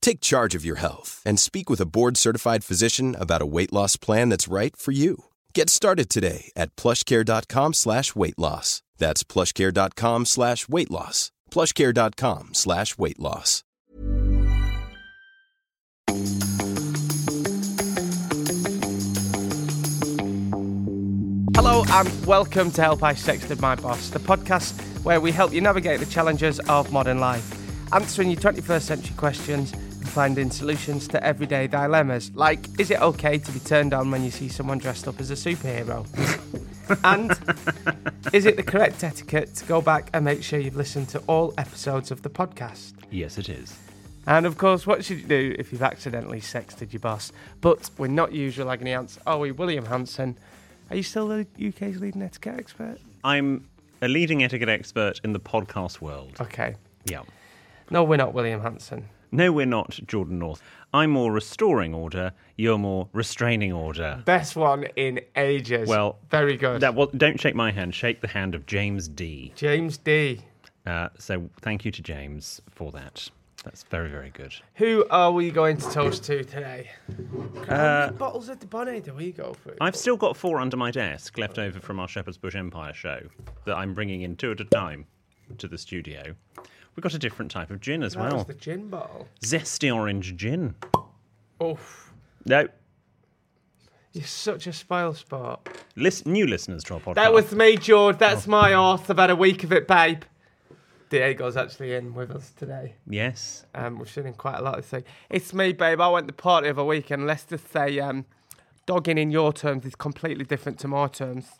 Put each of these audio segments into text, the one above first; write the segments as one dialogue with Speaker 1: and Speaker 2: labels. Speaker 1: Take charge of your health and speak with a board-certified physician about a weight loss plan that's right for you. Get started today at plushcare.com slash weight loss. That's plushcare.com slash weight loss. plushcare.com slash weight loss.
Speaker 2: Hello and welcome to Help I Sexted My Boss, the podcast where we help you navigate the challenges of modern life, answering your 21st century questions and finding solutions to everyday dilemmas. Like, is it okay to be turned on when you see someone dressed up as a superhero? and is it the correct etiquette to go back and make sure you've listened to all episodes of the podcast?
Speaker 3: Yes, it is.
Speaker 2: And of course, what should you do if you've accidentally sexted your boss? But we're not usual agony aunts, are we, William Hanson? Are you still the UK's leading etiquette expert?
Speaker 4: I'm a leading etiquette expert in the podcast world.
Speaker 2: Okay.
Speaker 4: Yeah.
Speaker 2: No, we're not William Hanson.
Speaker 4: No, we're not Jordan North. I'm more restoring order. You're more restraining order.
Speaker 2: Best one in ages.
Speaker 4: Well,
Speaker 2: very good.
Speaker 4: That well, don't shake my hand. Shake the hand of James D.
Speaker 2: James D.
Speaker 4: Uh, so thank you to James for that. That's very very good.
Speaker 2: Who are we going to toast to today?
Speaker 4: Uh,
Speaker 2: How many bottles of the bonnet do we go through?
Speaker 4: I've still got four under my desk left over from our Shepherd's Bush Empire show that I'm bringing in two at a time to the studio. We've got a different type of gin as
Speaker 2: That was
Speaker 4: well.
Speaker 2: the gin bottle.
Speaker 4: Zesty orange gin.
Speaker 2: Oof.
Speaker 4: No,
Speaker 2: You're such a spoil sport.
Speaker 4: Oh. list, new listeners to our podcast.
Speaker 2: That was me, George. That's
Speaker 4: Oh.
Speaker 2: my oath. I've had a week of it, babe. Diego's actually in with us today.
Speaker 4: yes.
Speaker 2: Um, we've seen him quite a lot this week. It's me, babe. I went to the party of a week, and let's just say, um, dogging in your terms is completely different to my terms.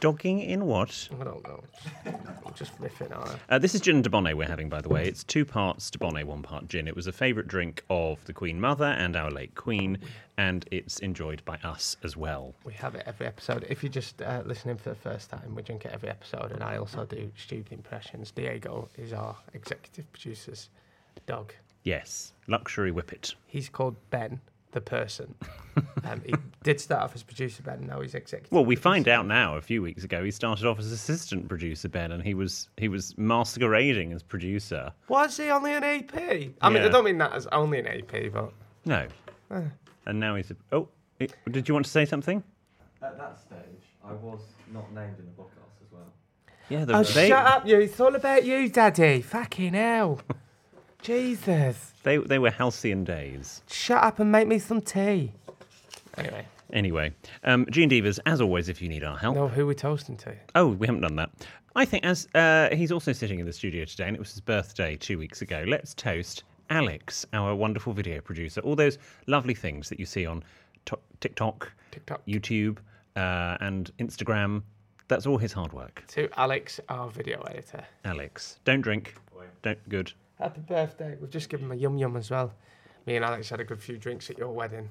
Speaker 4: Dogging in what?
Speaker 2: I don't know. I'm just riffing on it.
Speaker 4: Uh, this is gin and Dubonnet we're having, by the way. It's two parts Dubonnet, one part gin. It was a favourite drink of the Queen Mother and our late Queen, and it's enjoyed by us as well.
Speaker 2: We have it every episode. If you're just uh, listening for the first time, we drink it every episode, and I also do stupid impressions. Diego is our executive producer's dog.
Speaker 4: Yes, luxury whippet.
Speaker 2: He's called Ben, the person. um, he did start off as producer Ben, now he's executive.
Speaker 4: Well, we find out now. A few weeks ago, he started off as assistant producer Ben, and he was he was masquerading as producer.
Speaker 2: Was he only an AP? I mean, I
Speaker 4: Yeah.
Speaker 2: don't mean that as only an AP, but
Speaker 4: No,
Speaker 2: Ah.
Speaker 4: and now he's a, oh. it- Did you want to say something?
Speaker 5: At that stage, I was not named in the podcast as well.
Speaker 4: Yeah, the,
Speaker 2: Oh,
Speaker 4: they,
Speaker 2: shut up, you. It's all about you, Daddy. Fucking hell. Jesus.
Speaker 4: they they were halcyon days.
Speaker 2: Shut up and make me some tea. Anyway,
Speaker 4: Anyway, um, Gene Divas, as always, if you need our help,
Speaker 2: know who we're toasting to.
Speaker 4: Oh, we haven't done that. I think as uh, he's also sitting in the studio today, and it was his birthday two weeks ago. Let's toast Alex, our wonderful video producer. All those lovely things that you see on to- TikTok,
Speaker 2: TikTok.
Speaker 4: YouTube, uh, and Instagram. That's all his hard work.
Speaker 2: To Alex, our video editor.
Speaker 4: Alex, don't drink. Don't good.
Speaker 2: Happy birthday. We've just given him a yum yum as well. Me and Alex had a good few drinks at your wedding.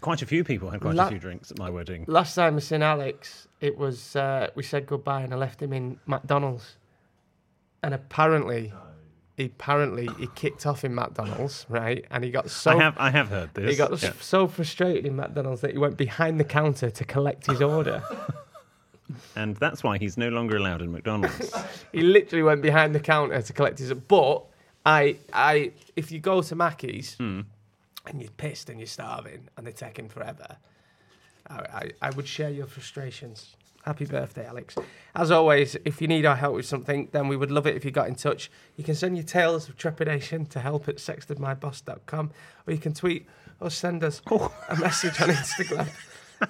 Speaker 4: Quite a few people had quite
Speaker 2: La-
Speaker 4: a few drinks at my wedding.
Speaker 2: Last time I seen Alex, it was uh, we said goodbye and I left him in McDonald's. And apparently, apparently he kicked off in McDonald's, right? And he got so
Speaker 4: I have I have heard this.
Speaker 2: he got
Speaker 4: Yeah.
Speaker 2: so frustrated in McDonald's that he went behind the counter to collect his order.
Speaker 4: And that's why he's no longer allowed in McDonald's.
Speaker 2: He literally went behind the counter to collect his. But I, I, if you go to Mackey's
Speaker 4: Hmm.
Speaker 2: and you're pissed and you're starving and they're taking forever, I, I, I would share your frustrations. Happy birthday, Alex. As always, if you need our help with something, then we would love it if you got in touch. You can send your tales of trepidation to help at sextedmyboss.com or you can tweet or send us
Speaker 4: Oh.
Speaker 2: a message on Instagram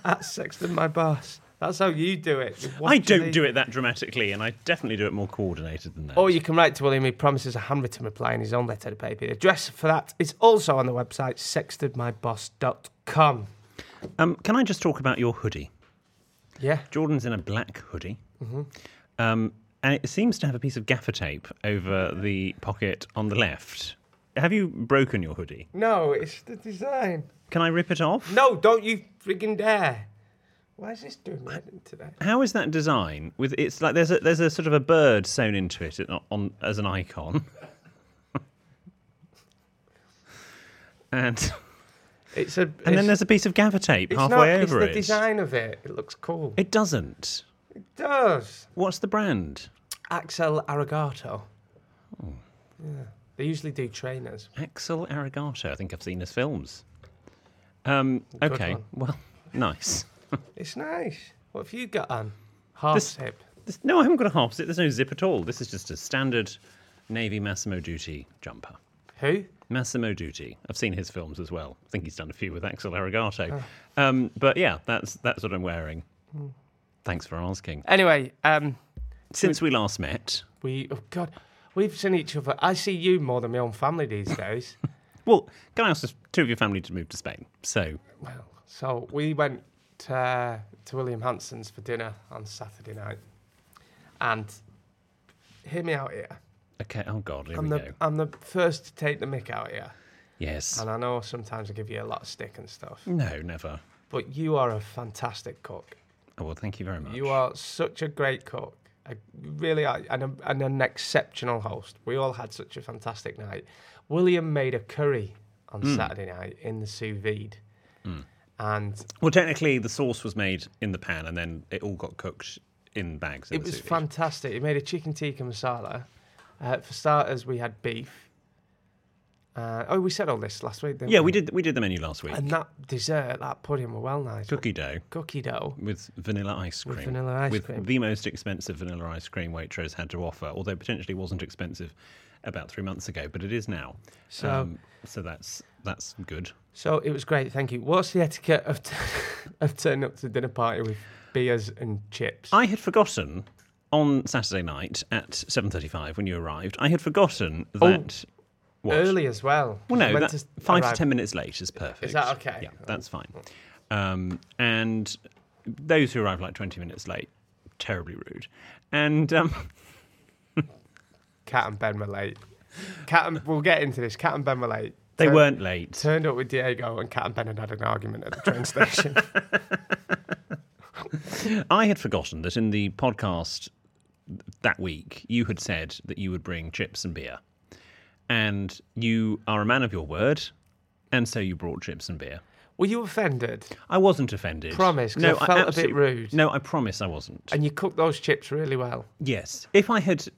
Speaker 2: at sextedmyboss. That's how you do it. You
Speaker 4: I
Speaker 2: watch
Speaker 4: don't
Speaker 2: the-
Speaker 4: do it that dramatically, and I definitely do it more coordinated than that.
Speaker 2: or you can write to William, he promises a handwritten reply in his own letter to paper. The address for that is also on the website sextedmyboss.com.
Speaker 4: Um, can I just talk about your hoodie?
Speaker 2: Yeah.
Speaker 4: Jordan's in a black hoodie,
Speaker 2: Mm-hmm.
Speaker 4: um, and it seems to have a piece of gaffer tape over the pocket on the left. Have you broken your hoodie?
Speaker 2: No, it's the design.
Speaker 4: Can I rip it off?
Speaker 2: No, don't you friggin' dare. Why is this doing my head in today?
Speaker 4: How is that design? With it's like there's a there's a sort of a bird sewn into it on, on as an icon, and
Speaker 2: It's a.
Speaker 4: and then there's a piece of gaffer tape
Speaker 2: it's
Speaker 4: halfway
Speaker 2: not,
Speaker 4: over
Speaker 2: it's the
Speaker 4: it.
Speaker 2: design of it. It looks cool. It
Speaker 4: It doesn't.
Speaker 2: does.
Speaker 4: What's the brand?
Speaker 2: Axel Arigato.
Speaker 4: Hmm.
Speaker 2: Yeah. They usually do trainers.
Speaker 4: Axel Arigato. I think I've seen his films. Um, okay.
Speaker 2: one.
Speaker 4: Well, nice.
Speaker 2: It's nice. What have you got on? Half hip.
Speaker 4: This- no, I haven't got a half zip. There's no zip at all. This is just a standard Navy Massimo Duty jumper.
Speaker 2: Who?
Speaker 4: Massimo Duty. I've seen his films as well. I think he's done a few with Axel Arigato.
Speaker 2: Ah.
Speaker 4: Um, but yeah, that's that's what I'm wearing.
Speaker 2: Hmm.
Speaker 4: Thanks for asking.
Speaker 2: Anyway, um,
Speaker 4: Since we last met,
Speaker 2: We, oh God, we've seen each other. I see you more than my own family these days.
Speaker 4: well, can I ask if two of your family to move to Spain? So
Speaker 2: well, so we went uh, to William Hanson's for dinner on Saturday night, and hear me out here.
Speaker 4: okay. Oh God, here
Speaker 2: I'm
Speaker 4: we
Speaker 2: the
Speaker 4: go.
Speaker 2: I'm the first to take the mick out here,
Speaker 4: Yes.
Speaker 2: and I know sometimes I give you a lot of stick and stuff,
Speaker 4: No, never.
Speaker 2: but you are a fantastic cook.
Speaker 4: Oh well, thank you very much.
Speaker 2: You are such a great cook. I really are, and, a, and an exceptional host. We all had such a fantastic night. William made a curry on
Speaker 4: Hmm.
Speaker 2: Saturday night in the sous vide, and
Speaker 4: Well, technically, the sauce was made in the pan, and then it all got cooked in bags. in
Speaker 2: it
Speaker 4: the
Speaker 2: was
Speaker 4: sous vide.
Speaker 2: fantastic. He made a chicken tikka masala. Uh, for starters, we had beef. Uh, oh, we said all this last week, didn't
Speaker 4: Yeah,
Speaker 2: we?
Speaker 4: we did. We did the menu last week.
Speaker 2: And that dessert, that pudding, were well nice.
Speaker 4: Cookie dough
Speaker 2: Cookie dough.
Speaker 4: with vanilla ice cream.
Speaker 2: vanilla ice
Speaker 4: with
Speaker 2: cream.
Speaker 4: the most expensive vanilla ice cream Waitrose had to offer, although potentially wasn't expensive about three months ago, but it is now. Um,
Speaker 2: So-
Speaker 4: so that's that's good.
Speaker 2: So it was great, thank you. What's the etiquette of, t- of turning up to a dinner party with beers and chips?
Speaker 4: I had forgotten on Saturday night at seven thirty-five when you arrived. I had forgotten
Speaker 2: Oh,
Speaker 4: that. what?
Speaker 2: early as well.
Speaker 4: Well, no,
Speaker 2: Meant
Speaker 4: that,
Speaker 2: to
Speaker 4: five
Speaker 2: arrive-
Speaker 4: to ten minutes late is perfect.
Speaker 2: that okay?
Speaker 4: Yeah, that's fine. Um, and those who arrive like twenty minutes late, terribly rude. And um,
Speaker 2: Cat and Ben were late. Cat and we'll get into this. Cat and Ben were late.
Speaker 4: they
Speaker 2: Turn-
Speaker 4: weren't late.
Speaker 2: turned up with Diego, and Cat and Ben had had an argument at the train station.
Speaker 4: I had forgotten that in the podcast that week you had said that you would bring chips and beer, and you are a man of your word, and so you brought chips and beer.
Speaker 2: were you offended?
Speaker 4: I wasn't offended.
Speaker 2: Promise, 'cause I felt a bit
Speaker 4: absolute-
Speaker 2: rude.
Speaker 4: No, I promise I wasn't.
Speaker 2: And you cooked those chips really well.
Speaker 4: Yes. If I had,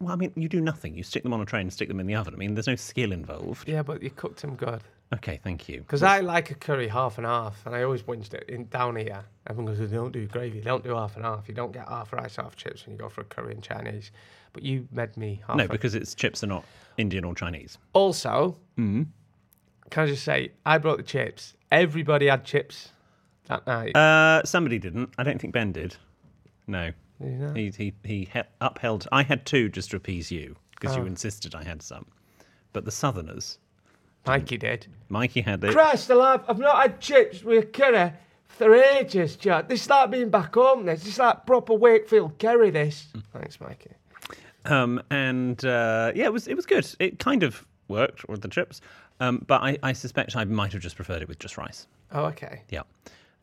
Speaker 4: well, I mean, you do nothing. You stick them on a tray and stick them in the oven. I mean, there's no skill involved.
Speaker 2: Yeah, but you cooked them good.
Speaker 4: Okay, thank you.
Speaker 2: Because I like a curry half and half, and I always whinged it in down here. Everyone goes, "Don't do gravy, don't do half and half. You don't get half rice, half chips when you go for a curry and Chinese." But you made me half.
Speaker 4: No,
Speaker 2: a-
Speaker 4: because it's chips are not Indian or Chinese.
Speaker 2: Also,
Speaker 4: Mm-hmm.
Speaker 2: can I just say, I brought the chips. Everybody had chips that night.
Speaker 4: Uh, somebody didn't. I don't think Ben did. No.
Speaker 2: you not?
Speaker 4: He he he he upheld. I had two just to appease you because you insisted I had some. But the Southerners,
Speaker 2: Mikey did.
Speaker 4: Mikey had it.
Speaker 2: Christ alive, I've not had chips with curry for ages, Chad. This is like being back home, this. This is like proper Wakefield curry, this.
Speaker 4: Mm.
Speaker 2: Thanks, Mikey.
Speaker 4: Um, and uh, yeah, it was it was good. It kind of worked with the chips, um, but I, I suspect I might have just preferred it with just rice.
Speaker 2: Oh, okay.
Speaker 4: Yeah.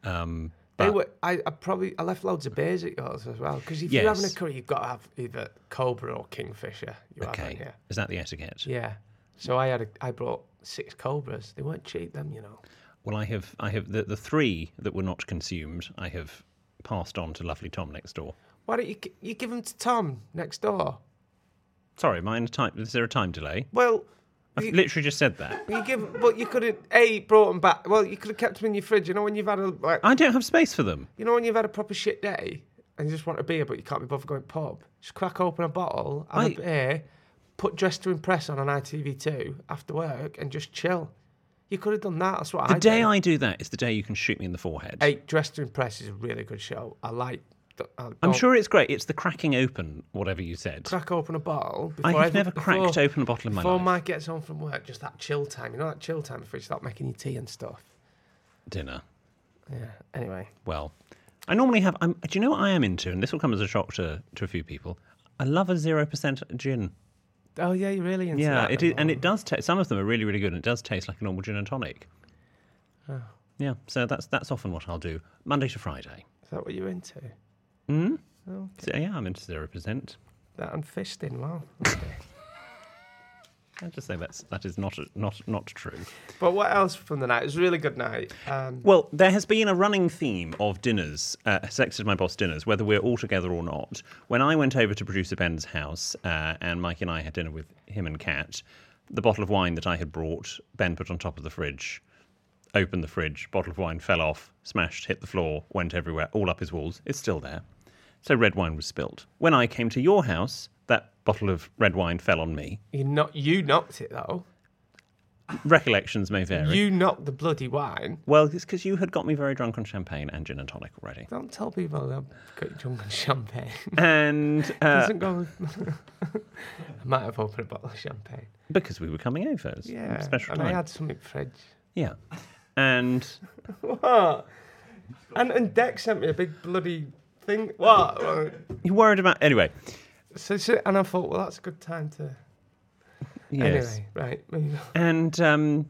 Speaker 4: Um,
Speaker 2: They
Speaker 4: But-
Speaker 2: were, I, I probably I left loads of beers at yours as well because if you're having a
Speaker 4: Yes.
Speaker 2: curry, you've got to have either Cobra or Kingfisher. You
Speaker 4: Okay.
Speaker 2: have, yeah,
Speaker 4: Is that the etiquette?
Speaker 2: yeah. So I had a, I brought six Cobras. They weren't cheap, them you know.
Speaker 4: Well, I have, I have the, the three that were not consumed. I have passed on to lovely Tom next door.
Speaker 2: Why don't you gi- you give them to Tom next door?
Speaker 4: Sorry, mine time. Is there a time delay?
Speaker 2: Well,
Speaker 4: I've
Speaker 2: you-
Speaker 4: literally just said that.
Speaker 2: you give, but you could have a brought them back. Well, you could have kept them in your fridge. You know when you've had a like,
Speaker 4: I don't have space for them.
Speaker 2: you know when you've had a proper shit day and you just want a beer, but you can't be bothered going pub. Just crack open a bottle, have
Speaker 4: I-
Speaker 2: a beer, put Dress to Impress on on ITV2 after work, and just chill. You could have done that. That's what
Speaker 4: The
Speaker 2: I
Speaker 4: day
Speaker 2: did.
Speaker 4: I do that is the day you can shoot me in the forehead.
Speaker 2: Hey, Dress to Impress is a really good show. I like. th- I
Speaker 4: I'm
Speaker 2: don't-
Speaker 4: sure it's great. It's the cracking open, whatever you said.
Speaker 2: Crack open a bottle.
Speaker 4: I
Speaker 2: Before
Speaker 4: have
Speaker 2: every-
Speaker 4: never cracked
Speaker 2: before-
Speaker 4: open a bottle in my
Speaker 2: Before
Speaker 4: life.
Speaker 2: Mike gets home from work, just that chill time. You know that chill time before you start making your tea and stuff.
Speaker 4: Dinner.
Speaker 2: Yeah. Anyway.
Speaker 4: Well, I normally have. I'm, do you know what I am into? And this will come as a shock to, to a few people. I love a zero percent gin.
Speaker 2: Oh yeah, you're really into
Speaker 4: Yeah,
Speaker 2: that.
Speaker 4: it
Speaker 2: then,
Speaker 4: is, and
Speaker 2: aren't
Speaker 4: it does. Ta- some of them are really, really good, and it does taste like a normal gin and tonic. Yeah, so that's that's often what I'll do Monday to Friday.
Speaker 2: you? Is that what you're into?
Speaker 4: So, yeah, I'm into zero percent.
Speaker 2: That and fisting. Wow.
Speaker 4: I just say that's that is not not not true.
Speaker 2: but what else from the night? It was a really good night. Um,
Speaker 4: Well, there has been a running theme of dinners, uh, Sex is My Boss dinners, whether we're all together or not. When I went over to producer Ben's house uh, and Mike and I had dinner with him and Kat, the bottle of wine that I had brought, Ben put on top of the fridge, opened the fridge, bottle of wine fell off, smashed, hit the floor, went everywhere, all up his walls. It's still there. So red wine was spilled. When I came to your house, that bottle of red wine fell on me.
Speaker 2: you not you knocked it though.
Speaker 4: Recollections may vary.
Speaker 2: You knocked the bloody wine.
Speaker 4: well, it's because you had got me very drunk on champagne and gin and tonic already.
Speaker 2: Don't tell people that I'm getting drunk on champagne.
Speaker 4: And uh,
Speaker 2: Doesn't go. with- I might have opened a bottle of champagne.
Speaker 4: Because we were coming over. It was a
Speaker 2: Yeah.
Speaker 4: special
Speaker 2: and
Speaker 4: time.
Speaker 2: I had some in the fridge.
Speaker 4: Yeah. And
Speaker 2: What? And and Deck sent me a big bloody thing. What?
Speaker 4: you worried about. Anyway.
Speaker 2: So, so and I thought, well, that's a good time to.
Speaker 4: Yes.
Speaker 2: Anyway, right. move on.
Speaker 4: And um,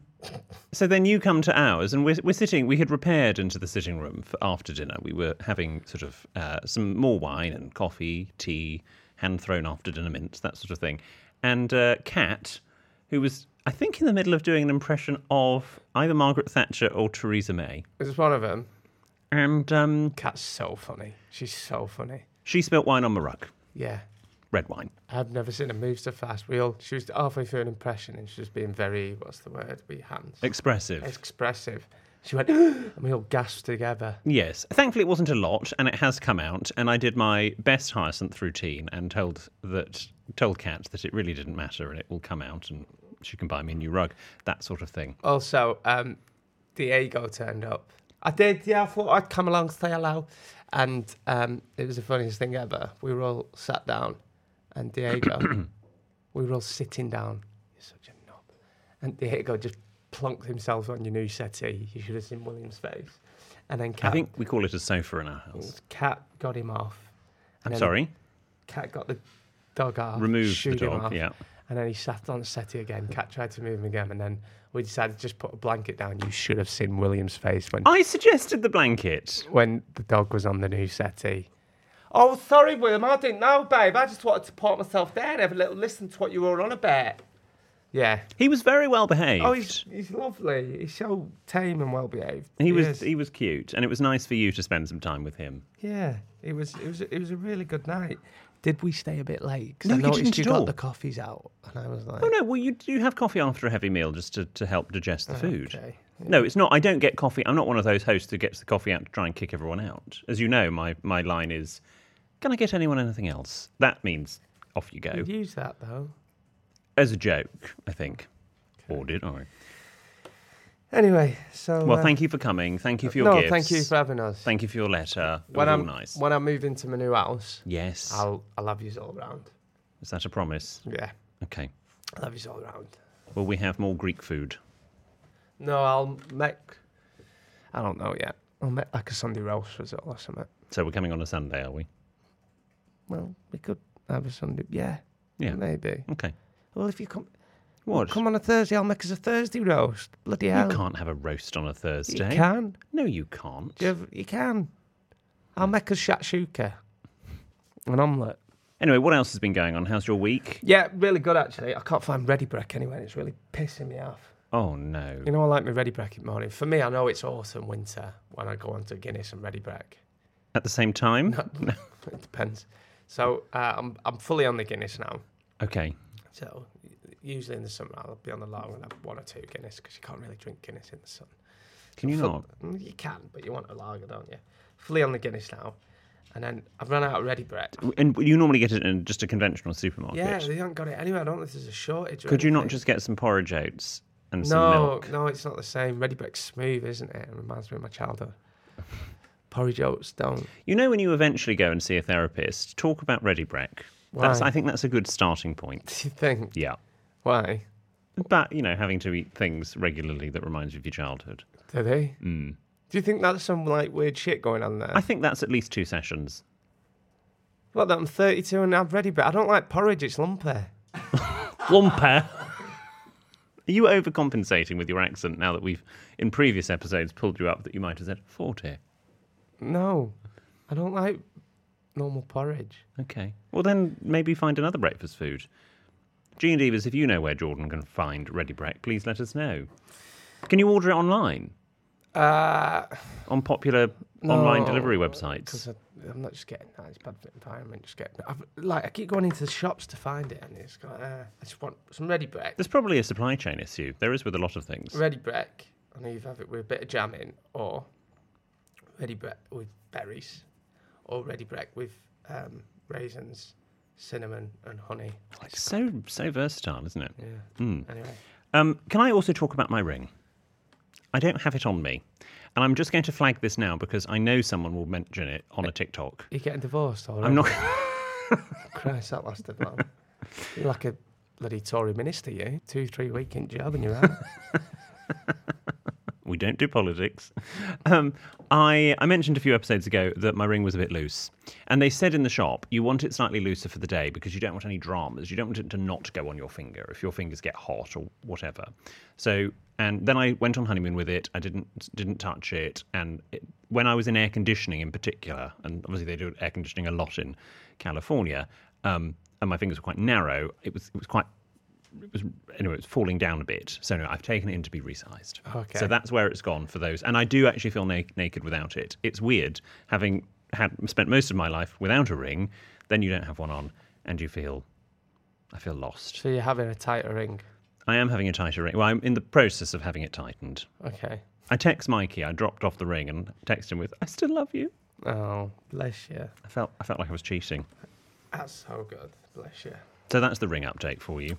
Speaker 4: so then you come to ours, and we're, we're sitting. We had repaired into the sitting room for after dinner. We were having sort of uh, some more wine and coffee, tea, hand thrown after dinner mints, that sort of thing. And uh, Kat, who was, I think, in the middle of doing an impression of either Margaret Thatcher or Theresa May.
Speaker 2: It was one of them.
Speaker 4: And um,
Speaker 2: Cat's so funny. She's so funny.
Speaker 4: she spilt wine on my rug,
Speaker 2: Yeah.
Speaker 4: red wine.
Speaker 2: I've never seen her move so fast. We all, she was halfway through an impression and she was being very, what's the word, with your hands.
Speaker 4: Expressive.
Speaker 2: Expressive. She went, and we all gasped together.
Speaker 4: Yes. Thankfully, it wasn't a lot, and it has come out. And I did my best hyacinth routine and told that told Kat that it really didn't matter, and it will come out, and she can buy me a new rug, that sort of thing.
Speaker 2: Also, um, Diego turned up. I did, yeah, I thought I'd come along, say hello. And um, it was the funniest thing ever. We were all sat down, and Diego, we were all sitting down. You're such a knob. And Diego just plonked himself on your new settee. You should have seen William's face. And then
Speaker 4: I
Speaker 2: Cat,
Speaker 4: think we call it a sofa in our house.
Speaker 2: Cat got him off. And
Speaker 4: I'm
Speaker 2: then
Speaker 4: sorry.
Speaker 2: Cat got the dog off.
Speaker 4: Remove the
Speaker 2: shooed him
Speaker 4: dog.
Speaker 2: off.
Speaker 4: Yeah.
Speaker 2: And then he sat on the settee again. Cat tried to move him again, and then we decided to just put a blanket down. You should have seen William's face when
Speaker 4: I suggested the blanket.
Speaker 2: when the dog was on the new settee. Oh, sorry, William. I didn't know, babe. I just wanted to put myself down, have a little listen to what you were on about. Yeah.
Speaker 4: He was very well behaved.
Speaker 2: Oh, he's, he's lovely. He's so tame and well behaved.
Speaker 4: he was
Speaker 2: is.
Speaker 4: he was cute, and it was nice for you to spend some time with him.
Speaker 2: Yeah, it was it was it was a really good night. Did we stay a bit late? 'Cause
Speaker 4: No,
Speaker 2: I
Speaker 4: you
Speaker 2: noticed
Speaker 4: didn't
Speaker 2: you
Speaker 4: at
Speaker 2: got
Speaker 4: all.
Speaker 2: the coffees out, and I was like,
Speaker 4: Oh no, well you do have coffee after a heavy meal just to, to help digest the food.
Speaker 2: Oh, okay.
Speaker 4: No, it's not. I don't get coffee. I'm not one of those hosts who gets the coffee out to try and kick everyone out. As you know, my my line is, "Can I get anyone anything else?" That means off you go
Speaker 2: You'd use that though.
Speaker 4: as a joke. I think, or did I?
Speaker 2: Anyway, so
Speaker 4: Well,
Speaker 2: uh,
Speaker 4: thank you for coming. Thank you for your
Speaker 2: no,
Speaker 4: gifts.
Speaker 2: thank you for having us.
Speaker 4: Thank you for your letter. It
Speaker 2: when
Speaker 4: was all
Speaker 2: I'm
Speaker 4: nice.
Speaker 2: when I move into my new house,
Speaker 4: yes,
Speaker 2: I'll I'll have yous all round.
Speaker 4: is that a promise?
Speaker 2: Yeah,
Speaker 4: Okay.
Speaker 2: I'll have yous all round.
Speaker 4: Will we have more Greek food?
Speaker 2: No, I'll make. I don't know yet. I'll make like a Sunday roast was it or something.
Speaker 4: So we're coming on a Sunday, are we?
Speaker 2: Well, we could have a Sunday. Yeah,
Speaker 4: Yeah.
Speaker 2: maybe.
Speaker 4: Okay.
Speaker 2: Well, if you come,
Speaker 4: What?
Speaker 2: Come on a Thursday, I'll make us a Thursday roast. Bloody hell.
Speaker 4: you can't have a roast on a Thursday.
Speaker 2: You can.
Speaker 4: No, you can't.
Speaker 2: You, have- you can. I'll make us shakshuka. An omelette.
Speaker 4: Anyway, what else has been going on? How's your week?
Speaker 2: Yeah, really good actually. I can't find ready break anywhere. It's really pissing me off.
Speaker 4: Oh no.
Speaker 2: You know, I like my ready break in the morning. For me, I know it's autumn, winter when I go on to Guinness and ready break.
Speaker 4: At the same time?
Speaker 2: It depends. So uh, I'm I'm fully on the Guinness now.
Speaker 4: Okay.
Speaker 2: So usually in the summer I'll be on the long and have one or two Guinness because you can't really drink Guinness in the sun.
Speaker 4: Can you
Speaker 2: Full-
Speaker 4: not?
Speaker 2: Mm, You can, but you want a lager, don't you? Fully on the Guinness now, and then I've run out of ready bread.
Speaker 4: And you normally get it in just a conventional supermarket.
Speaker 2: Yeah, they haven't got it anywhere. I don't know if there's a shortage. or
Speaker 4: Could you not
Speaker 2: anything.
Speaker 4: just get some porridge oats and some
Speaker 2: No,
Speaker 4: milk?
Speaker 2: no, it's not the same. Ready break's smooth, isn't it? It reminds me of my childhood. Porridge oats don't.
Speaker 4: You know, when you eventually go and see a therapist, talk about Ready Break. That's,
Speaker 2: Why?
Speaker 4: I think that's a good starting point.
Speaker 2: Do you think?
Speaker 4: Yeah.
Speaker 2: Why?
Speaker 4: But, you know, having to eat things regularly that reminds you of your childhood.
Speaker 2: Do they? Mm. Do you think that's some like weird shit going on there?
Speaker 4: Hmm. I think that's at least two sessions.
Speaker 2: Well, that I'm 32 and I've ready, but I don't like porridge. It's lumpy.
Speaker 4: One pair. Are you overcompensating with your accent now that we've, in previous episodes, pulled you up that you might have said 40?
Speaker 2: No, I don't like normal porridge.
Speaker 4: Okay. Well, then maybe find another breakfast food. Gene Devers, if you know where Jordan can find Ready Break, please let us know. Can you order it online
Speaker 2: Uh,
Speaker 4: on popular online
Speaker 2: No,
Speaker 4: delivery websites?
Speaker 2: because uh, I'm not just getting that. It's bad for the environment. Just getting I've, like I keep going into the shops to find it, and it's got. Uh, I just want some ready break.
Speaker 4: There's probably a supply chain issue. There is with a lot of things.
Speaker 2: Ready break. I know you've have it with a bit of jam in, or ready break with berries, or ready break with um, raisins, cinnamon, and honey.
Speaker 4: It's so so versatile, isn't it?
Speaker 2: Yeah. Anyway.
Speaker 4: Um, can I also talk about my ring? I don't have it on me, and I'm just going to flag this now because I know someone will mention it on a TikTok.
Speaker 2: You're getting divorced, or
Speaker 4: I'm not.
Speaker 2: Christ, that lasted long. You're like a bloody Tory minister, you. Two, three week in job, and you're out.
Speaker 4: we don't do politics. Um, I, I mentioned a few episodes ago that my ring was a bit loose. And they said in the shop, you want it slightly looser for the day because you don't want any dramas. You don't want it to not go on your finger if your fingers get hot or whatever. So, and then I went on honeymoon with it. I didn't didn't touch it. And it, when I was in air conditioning in particular, and obviously they do air conditioning a lot in California, um, and my fingers were quite narrow, it was it was quite it was anyway, it's falling down a bit. So no, I've taken it in to be resized.
Speaker 2: Okay.
Speaker 4: So that's where it's gone for those. And I do actually feel na- naked without it. It's weird having had spent most of my life without a ring. Then you don't have one on, and you feel, I feel lost.
Speaker 2: so you're having a tighter ring.
Speaker 4: I am having a tighter ring. Well, I'm in the process of having it tightened.
Speaker 2: Okay.
Speaker 4: I text Mikey. I dropped off the ring and text him with, "I still love you."
Speaker 2: Oh, bless you.
Speaker 4: I felt I felt like I was cheating.
Speaker 2: That's so good. Bless you.
Speaker 4: So that's the ring update for you.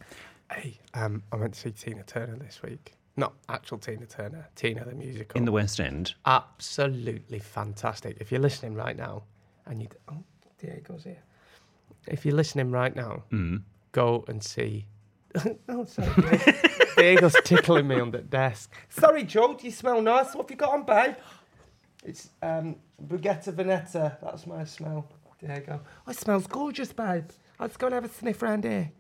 Speaker 2: Hey, um, I went to see Tina Turner this week. Not actual Tina Turner, Tina the musical.
Speaker 4: In the West End,
Speaker 2: Absolutely fantastic. If you're listening right now, and you, oh, there it goes here. If you're listening right now,
Speaker 4: Mm-hmm.
Speaker 2: go and see. oh, sorry, Diego. Diego's tickling me on the desk. Sorry, Joe. Do you smell nice? What have you got on, babe? It's um, Brugetta Veneta. That's my smell. Diego. Oh, it smells gorgeous, babe. Let's go and have a sniff round here.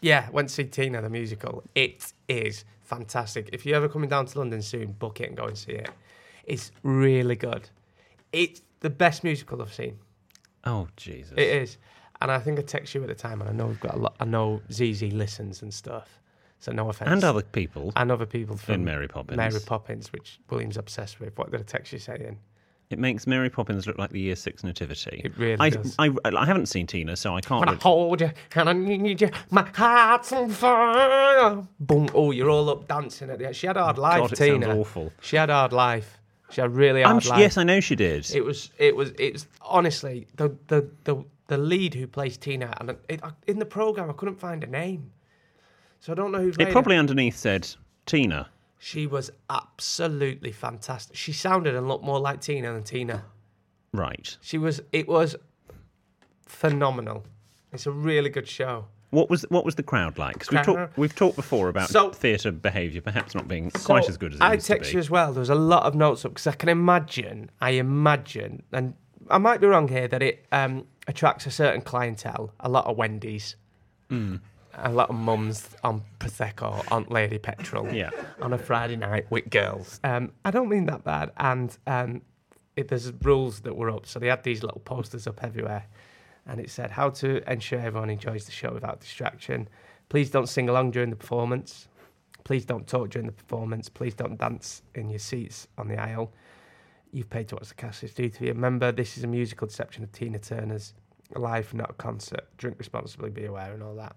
Speaker 2: Yeah, went to see Tina the musical. It is fantastic. If you're ever coming down to London soon, book it and go and see it. It's really good. It's the best musical I've seen.
Speaker 4: oh Jesus!
Speaker 2: It is, and I think I text you at the time, and I know we've got a lot. I know ZZ listens and stuff, so no offense.
Speaker 4: and other people,
Speaker 2: and other people from
Speaker 4: And Mary Poppins.
Speaker 2: Mary Poppins, which William's obsessed with. What did I text you saying?
Speaker 4: It makes Mary Poppins look like the Year Six Nativity.
Speaker 2: It really
Speaker 4: I,
Speaker 2: does.
Speaker 4: I, I haven't seen Tina, so I can't.
Speaker 2: When I
Speaker 4: really-
Speaker 2: hold you and I need you, my heart's on fire. Boom! Oh, you're all up dancing at the end. She had a hard life,
Speaker 4: God, it sounds
Speaker 2: Tina.
Speaker 4: awful.
Speaker 2: She had a hard life. She had a really hard
Speaker 4: I'm sh-
Speaker 2: life.
Speaker 4: yes, I know she did.
Speaker 2: It was. It was. It's honestly the the the the lead who plays Tina, and it, I, in the program I couldn't find a name, so I don't know who.
Speaker 4: It probably underneath said Tina.
Speaker 2: She was absolutely fantastic. She sounded and looked more like Tina than Tina.
Speaker 4: Right.
Speaker 2: She was. It was phenomenal. It's a really good show.
Speaker 4: What was what was the crowd like? 'Cause we've
Speaker 2: Crowd-
Speaker 4: talked we've talked before about
Speaker 2: Uh-huh. So-
Speaker 4: theatre behaviour perhaps not being quite
Speaker 2: So
Speaker 4: as good as it
Speaker 2: I
Speaker 4: used to
Speaker 2: text
Speaker 4: be.
Speaker 2: you as well. There was a lot of notes up because I can imagine. I imagine, and I might be wrong here that it um, attracts a certain clientele. A lot of Wendy's, a lot of mums on Prosecco, on Lady Petrol,
Speaker 4: Yeah.
Speaker 2: on a Friday night with girls. Um, I don't mean that bad. And um, it, there's rules that were up. So they had these little posters up everywhere. And it said, How to ensure everyone enjoys the show without distraction. Please don't sing along during the performance. Please don't talk during the performance. Please don't dance in your seats on the aisle. You've paid to watch the Cassius do to be a member. This is a musical deception of Tina Turner's live, not a concert. Drink responsibly, be aware, and all that.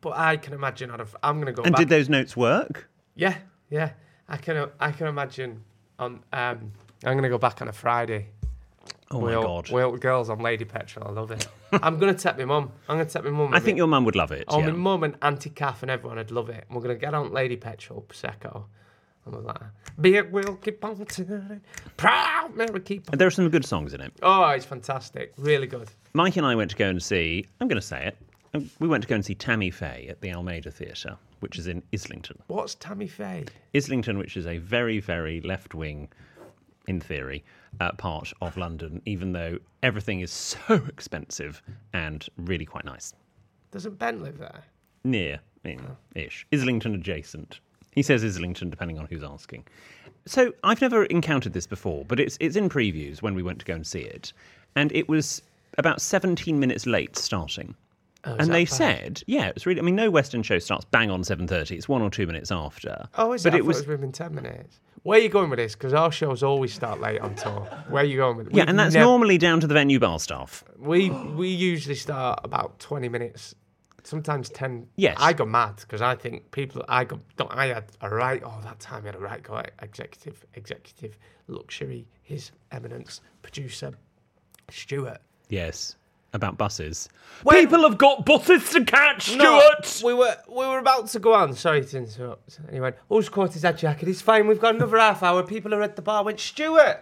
Speaker 2: But I can imagine out of I'm going to go.
Speaker 4: And
Speaker 2: back.
Speaker 4: did those notes work?
Speaker 2: Yeah, yeah. I can I can imagine on um I'm gonna go back on a Friday.
Speaker 4: Oh
Speaker 2: we
Speaker 4: my
Speaker 2: all-
Speaker 4: god!
Speaker 2: We all girls on Lady Petrol, I love it. I'm gonna take my mum. I'm gonna take my mum.
Speaker 4: I think your mum would love it.
Speaker 2: Oh
Speaker 4: yeah.
Speaker 2: my mum and Auntie Kath and everyone would love it. And we're gonna get on Lady Petrol Prosecco. And we're like Beer will keep on turning. Proud Mary keep on
Speaker 4: And there are some good songs in it.
Speaker 2: Oh, it's fantastic. Really good.
Speaker 4: Mike and I went to go and see. I'm going to say it. um, We went to go and see Tammy Faye at the Almeida Theatre, which is in Islington.
Speaker 2: What's Tammy Faye?
Speaker 4: Islington, which is a very, very left wing, in theory, uh, part of London, even though everything is so expensive and really quite nice.
Speaker 2: Doesn't Ben live there?
Speaker 4: Near, in, ish. Islington adjacent. He says Islington, depending on who's asking. So I've never encountered this before, but it's it's in previews when we went to go and see it, and it was about 17 minutes late starting.
Speaker 2: Oh,
Speaker 4: and they said, yeah, it's really. I mean, no Western show starts bang on 7:30. It's one or two minutes after.
Speaker 2: Oh, is it?
Speaker 4: But
Speaker 2: I
Speaker 4: it
Speaker 2: thought
Speaker 4: was
Speaker 2: it was within 10 minutes. Where are you going with this? Because our shows always start late on tour. Where are you going with it?
Speaker 4: Yeah,
Speaker 2: We've
Speaker 4: and that's
Speaker 2: nev-
Speaker 4: normally down to the venue bar staff.
Speaker 2: We, we usually start about 20 minutes, sometimes 10.
Speaker 4: Yes.
Speaker 2: I go mad because I think people, I go, don't, I had a right, oh, that time I had a right go at executive, executive, luxury, his eminence, producer, Stuart.
Speaker 4: Yes, about buses.
Speaker 2: When-
Speaker 4: People have got buses to catch, Stuart.
Speaker 2: No, we were we were about to go on. Sorry to interrupt. And he went, "Who's caught his head jacket? It's fine. We've got another half hour. People are at the bar." I went, "Stuart,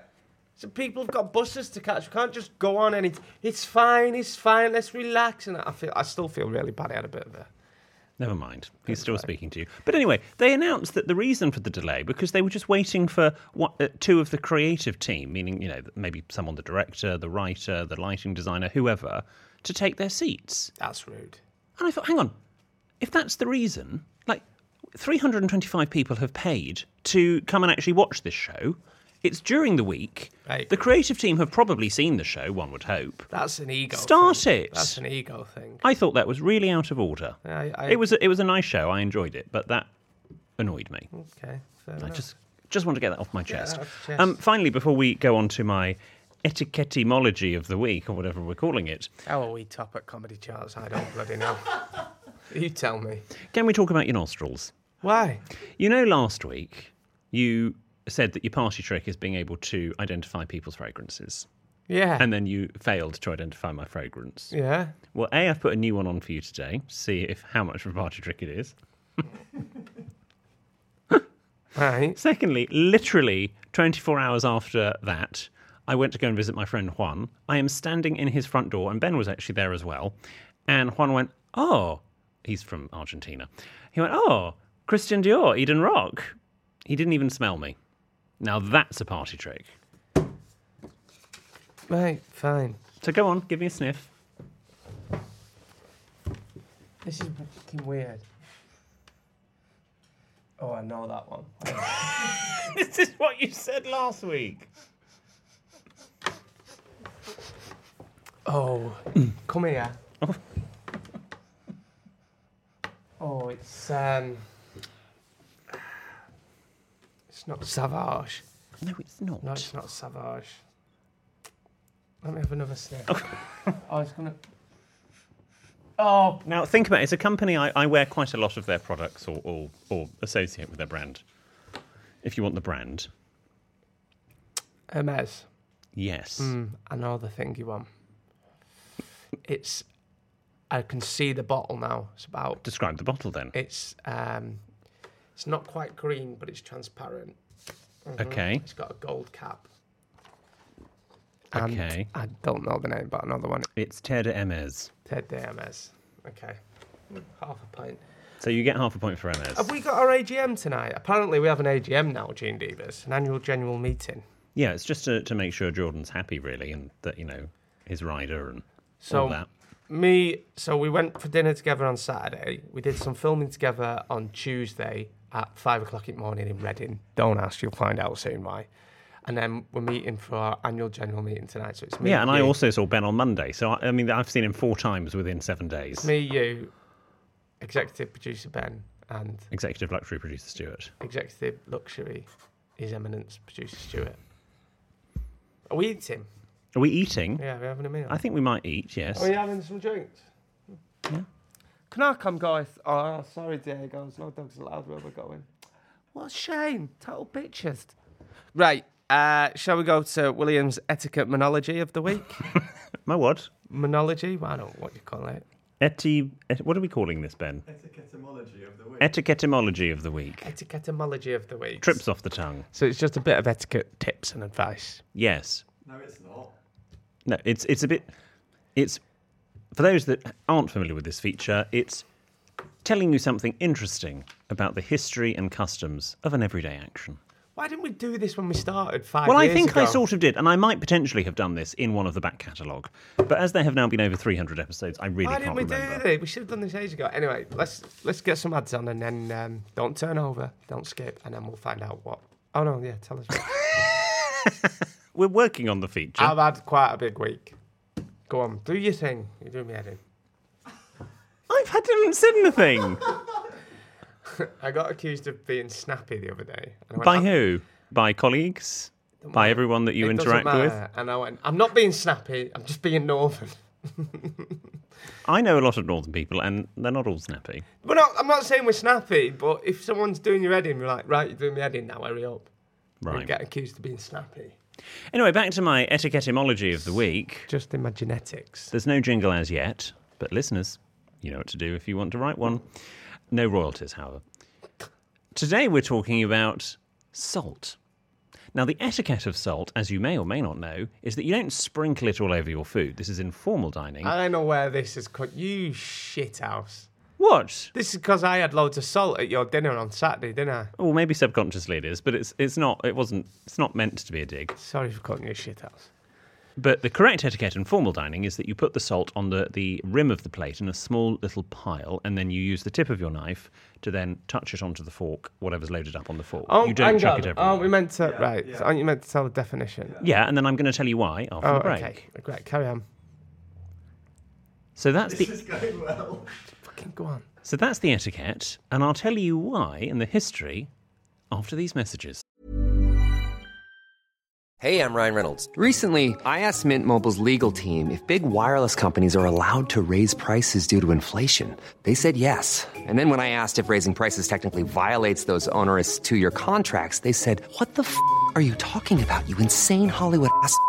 Speaker 2: so people have got buses to catch. We can't just go on. And it's it's fine. It's fine. Let's relax." And I feel I still feel really bad. I had a bit of a
Speaker 4: Never mind. He's still speaking to you. But anyway, they announced that the reason for the delay because they were just waiting for what, uh, two of the creative team, meaning you know maybe someone, the director, the writer, the lighting designer, whoever, to take their seats.
Speaker 2: that's rude.
Speaker 4: And I thought, hang on, if that's the reason, like 325 people have paid to come and actually watch this show. It's during the week.
Speaker 2: Right.
Speaker 4: The creative team have probably seen the show, one would hope.
Speaker 2: That's an ego.
Speaker 4: Start
Speaker 2: thing.
Speaker 4: it.
Speaker 2: That's an ego thing.
Speaker 4: I thought that was really out of order.
Speaker 2: I- I-
Speaker 4: It was a, it was a nice show. I enjoyed it, but that annoyed me.
Speaker 2: Okay. Fair
Speaker 4: I
Speaker 2: enough.
Speaker 4: just just want to get that off my chest.
Speaker 2: that off your
Speaker 4: Um,
Speaker 2: chest.
Speaker 4: finally, before we go on to my etiquettimology of the week or whatever we're calling it,
Speaker 2: How are we top at comedy charts? I don't bloody know. you tell me.
Speaker 4: can we talk about your nostrils?
Speaker 2: Why?
Speaker 4: You know, last week you said that your party trick is being able to identify people's fragrances,
Speaker 2: Yeah.
Speaker 4: and then you failed to identify my fragrance.
Speaker 2: yeah.
Speaker 4: Well, a I've put a new one on for you today. See if how much of a party trick it is.
Speaker 2: Right.
Speaker 4: Secondly, literally 24 hours after that, I went to go and visit my friend Juan. I am standing in his front door, and Ben was actually there as well. And Juan went, Oh, he's from Argentina. He went, Oh, Christian Dior, Eden Rock. He didn't even smell me. Now that's a party trick.
Speaker 2: Right. Fine.
Speaker 4: So go on, give me a sniff.
Speaker 2: This is fucking weird. Oh, I know that one.
Speaker 4: this is what you said last week.
Speaker 2: Oh, come here. oh, it's um, it's not Savage.
Speaker 4: No, it's not.
Speaker 2: No, it's not Savage. Let me have another sniff. oh, it's gonna. Oh,
Speaker 4: Now think about it. It's a company I, I wear quite a lot of their products or, or or associate with their brand. If you want the brand,
Speaker 2: Hermes.
Speaker 4: yes.
Speaker 2: I know the thing you want. It's. I can see the bottle now. It's about
Speaker 4: Describe the bottle then.
Speaker 2: It's um, it's not quite green, but it's transparent.
Speaker 4: Okay.
Speaker 2: It's got a gold cap. And
Speaker 4: Okay.
Speaker 2: I don't know the name, but another one.
Speaker 4: It's Terre de Hermes.
Speaker 2: Ted DMS. Okay. Half a pint.
Speaker 4: So you get half a point for Hermes.
Speaker 2: Have we got our AGM tonight? Apparently, we have an AGM now, Gene Divas, an annual general meeting.
Speaker 4: Yeah, it's just to, to make sure Jordan's happy, really, and that you know his rider and
Speaker 2: So
Speaker 4: all that.
Speaker 2: me, so we went for dinner together on Saturday. We did some filming together on Tuesday at five o'clock in the morning in Reading. Don't ask, you'll find out soon why. And then we're meeting for our annual general meeting tonight. So it's me.
Speaker 4: Yeah, and I
Speaker 2: you-
Speaker 4: also saw Ben on Monday. So, I, I mean, I've seen him four times within seven days.
Speaker 2: me, you, executive producer Ben, and
Speaker 4: Executive luxury producer Stuart.
Speaker 2: executive luxury, His Eminence producer Stuart. Are we eating?
Speaker 4: Are we eating?
Speaker 2: Yeah, Oh, we're having a meal.
Speaker 4: I think we might eat, yes.
Speaker 2: Are we having some drinks? Can I come, guys? Oh, sorry, Diego. There's no dogs allowed where we're going. What a shame. Total bitches. Right. Uh, shall we go to William's etiquette monology of the week?
Speaker 4: My what?
Speaker 2: monology? Well, I don't know what you call it.
Speaker 4: Eti, et, what are we calling this, Ben?
Speaker 5: Etiquettemology of the week.
Speaker 4: Etiquettemology of the week.
Speaker 2: Etiquettemology of the week.
Speaker 4: Trips off the tongue.
Speaker 2: So it's just a bit of etiquette tips and advice.
Speaker 4: Yes.
Speaker 5: no, it's not.
Speaker 4: No, it's it's a bit. It's for those that aren't familiar with this feature. It's telling you something interesting about the history and customs of an everyday action.
Speaker 2: Why didn't we do this when we started five
Speaker 4: Well, I
Speaker 2: years
Speaker 4: think I
Speaker 2: ago?
Speaker 4: sort of did, and I might potentially have done this in one of the back catalogue. But as there have now been over 300 episodes, I really
Speaker 2: Why
Speaker 4: can't
Speaker 2: didn't we
Speaker 4: remember.
Speaker 2: do this? We should have done this ages ago. Anyway, let's let's get some ads on and then um, don't turn over, don't skip, and then we'll find out what. Oh no, yeah, tell us. what.
Speaker 4: We're working on the feature.
Speaker 2: I've had quite a big week. Go on, do your thing. You do me heading.
Speaker 4: I've had him said anything.
Speaker 2: I got accused of being snappy the other day. And I went,
Speaker 4: By
Speaker 2: "I'm-
Speaker 4: who? By colleagues? By everyone that you
Speaker 2: it doesn't
Speaker 4: interact with?
Speaker 2: matter." And I went, I'm not being snappy. I'm just being northern.
Speaker 4: I know a lot of northern people, and they're not all snappy.
Speaker 2: We're not. I'm not saying we're snappy, but if someone's doing your heading, we're like, right, you're doing me heading now. Hurry up. We
Speaker 4: Right.
Speaker 2: get accused of being snappy.
Speaker 4: Anyway, back to my etiquettemology of the week.
Speaker 2: Just in my genetics.
Speaker 4: There's no jingle as yet, but listeners, you know what to do if you want to write one. No royalties, however. Today we're talking about salt. Now, the etiquette of salt, as you may or may not know, is that you don't sprinkle it all over your food. This is informal dining.
Speaker 2: I know where this is. Co- you shit house.
Speaker 4: what?
Speaker 2: This is because I had loads of salt at your dinner on Saturday, didn't I?
Speaker 4: Well, maybe subconsciously it is, but it's it's not. It wasn't. It's not meant to be a dig.
Speaker 2: Sorry for calling you a shit house.
Speaker 4: But the correct etiquette in formal dining is that you put the salt on the, the rim of the plate in a small little pile, and then you use the tip of your knife to then touch it onto the fork, whatever's loaded up on the fork.
Speaker 2: Oh,
Speaker 4: you don't
Speaker 2: hang
Speaker 4: chuck
Speaker 2: on.
Speaker 4: it everywhere.
Speaker 2: Aren't we meant to? right. so Aren't you meant to tell the definition?
Speaker 4: Yeah, and then I'm going to tell you why after
Speaker 2: Oh,
Speaker 4: the break.
Speaker 2: okay. Great. Carry on.
Speaker 4: So that's the
Speaker 5: This is going well.
Speaker 2: Fucking go on.
Speaker 4: so that's the etiquette, and I'll tell you why in the history after these messages.
Speaker 6: Hey, I'm Ryan Reynolds. Recently, I asked Mint Mobile's legal team if big wireless companies are allowed to raise prices due to inflation. They said yes. And then when I asked if raising prices technically violates those onerous two year contracts, they said, What the f are you talking about, you insane Hollywood ass? f-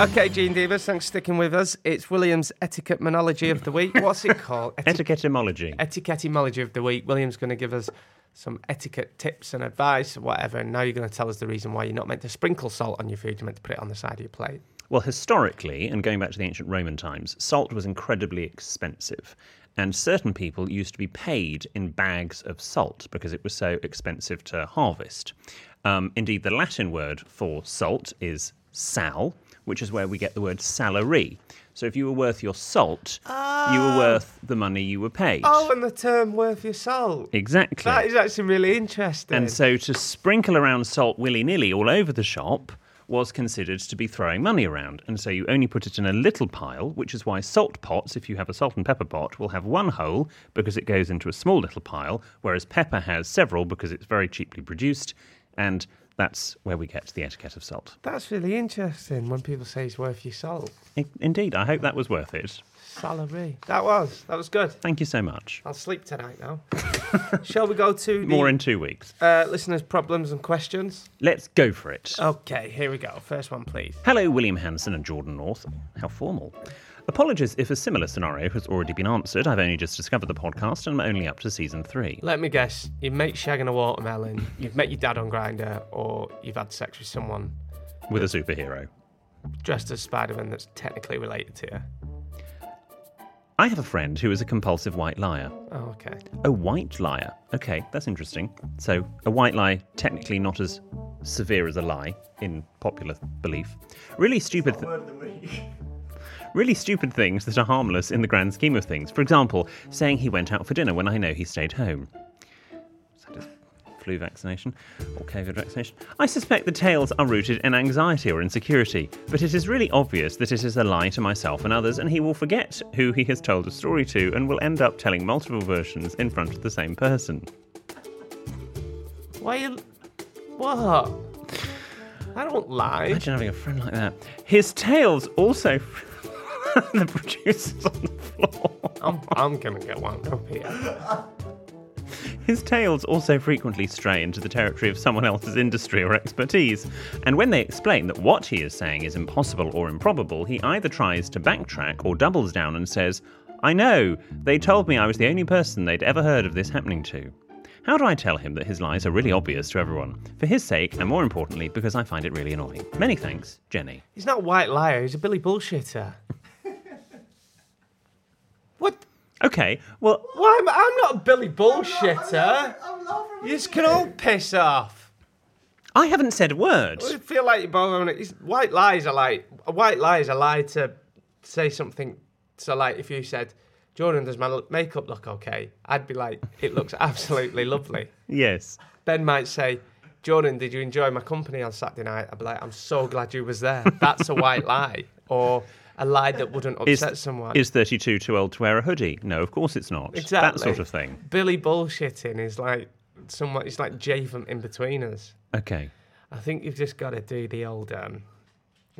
Speaker 2: Okay, Gene Divas, thanks for sticking with us. It's William's etiquette monology of the week. What's it called? Eti-
Speaker 4: Etiquettemology.
Speaker 2: etiquettemology of the week. William's going to give us some etiquette tips and advice or whatever. And now you're going to tell us the reason why you're not meant to sprinkle salt on your food. You're meant to put it on the side of your plate.
Speaker 4: Well, historically, and going back to the ancient Roman times, salt was incredibly expensive. and certain people used to be paid in bags of salt because it was so expensive to harvest. Um, indeed, the Latin word for salt is sal, which is where we get the word salary. So if you were worth your salt, you were worth the money you were paid.
Speaker 2: Ah. Oh, and the term worth your salt.
Speaker 4: exactly.
Speaker 2: That is actually really interesting.
Speaker 4: And so to sprinkle around salt willy nilly all over the shop was considered to be throwing money around. And so you only put it in a little pile, which is why salt pots, if you have a salt and pepper pot, will have one hole because it goes into a small little pile, whereas pepper has several because it's very cheaply produced. And that's where we get the etiquette of salt.
Speaker 2: That's really interesting when people say it's worth your salt.
Speaker 4: I- Indeed, I hope that was worth it.
Speaker 2: Salary. That was. That was good.
Speaker 4: Thank you so much.
Speaker 2: I'll sleep tonight now. Shall we go to the,
Speaker 4: More in two weeks.
Speaker 2: uh, listeners' problems and questions?
Speaker 4: Let's go for it.
Speaker 2: Okay, here we go. First one, please.
Speaker 4: Hello, William Hanson and Jordan North. How formal. Apologies if a similar scenario has already been answered. I've only just discovered the podcast and I'm only up to season three.
Speaker 2: Let me guess. Your mate shagging a watermelon, you've met your dad on Grinder, or you've had sex with someone
Speaker 4: With a superhero.
Speaker 2: dressed as Spider Man that's technically related to you.
Speaker 4: I have a friend who is a compulsive white liar.
Speaker 2: Oh, okay.
Speaker 4: A white liar. Okay, that's interesting. So, a white lie, technically not as severe as a lie in popular belief. Really stupid. Th- really stupid things that are harmless in the grand scheme of things. For example, saying he went out for dinner when I know he stayed home. Is that his flu vaccination or COVID vaccination? I suspect the tales are rooted in anxiety or insecurity, but it is really obvious that it is a lie to myself and others, and he will forget who he has told a story to and will end up telling multiple versions in front of the same person.
Speaker 2: Why you. What? I don't lie.
Speaker 4: Imagine having a friend like that. His tales also. the producers on the floor.
Speaker 2: I'm, I'm gonna get wound up here.
Speaker 4: His tales also frequently stray into the territory of someone else's industry or expertise, and when they explain that what he is saying is impossible or improbable, he either tries to backtrack or doubles down and says, I know, they told me I was the only person they'd ever heard of this happening to. How do I tell him that his lies are really obvious to everyone? For his sake, and more importantly, because I find it really annoying. Many thanks, Jenny.
Speaker 2: He's not a white liar, he's a Billy Bullshitter. what?
Speaker 4: Okay, well,
Speaker 2: Why am I'm not a Billy Bullshitter. You just can all piss off.
Speaker 4: I haven't said a word.
Speaker 2: I feel like you're both having it. It's- White lies are like a white lie is a lie to say something. So like if you said, Jordan, does my lo- makeup look okay? I'd be like, it looks absolutely lovely.
Speaker 4: Yes.
Speaker 2: Ben might say, Jordan, did you enjoy my company on Saturday night? I'd be like, I'm so glad you was there. That's a white lie or a lie that wouldn't
Speaker 4: Is,
Speaker 2: upset someone.
Speaker 4: is 32 too old to wear a hoodie? No, of course it's not. That
Speaker 2: Exactly.
Speaker 4: sort of thing.
Speaker 2: Billy bullshitting is like somewhat. It's like Jay from In Between Us.
Speaker 4: Okay.
Speaker 2: I think you've just got to do the old. Um,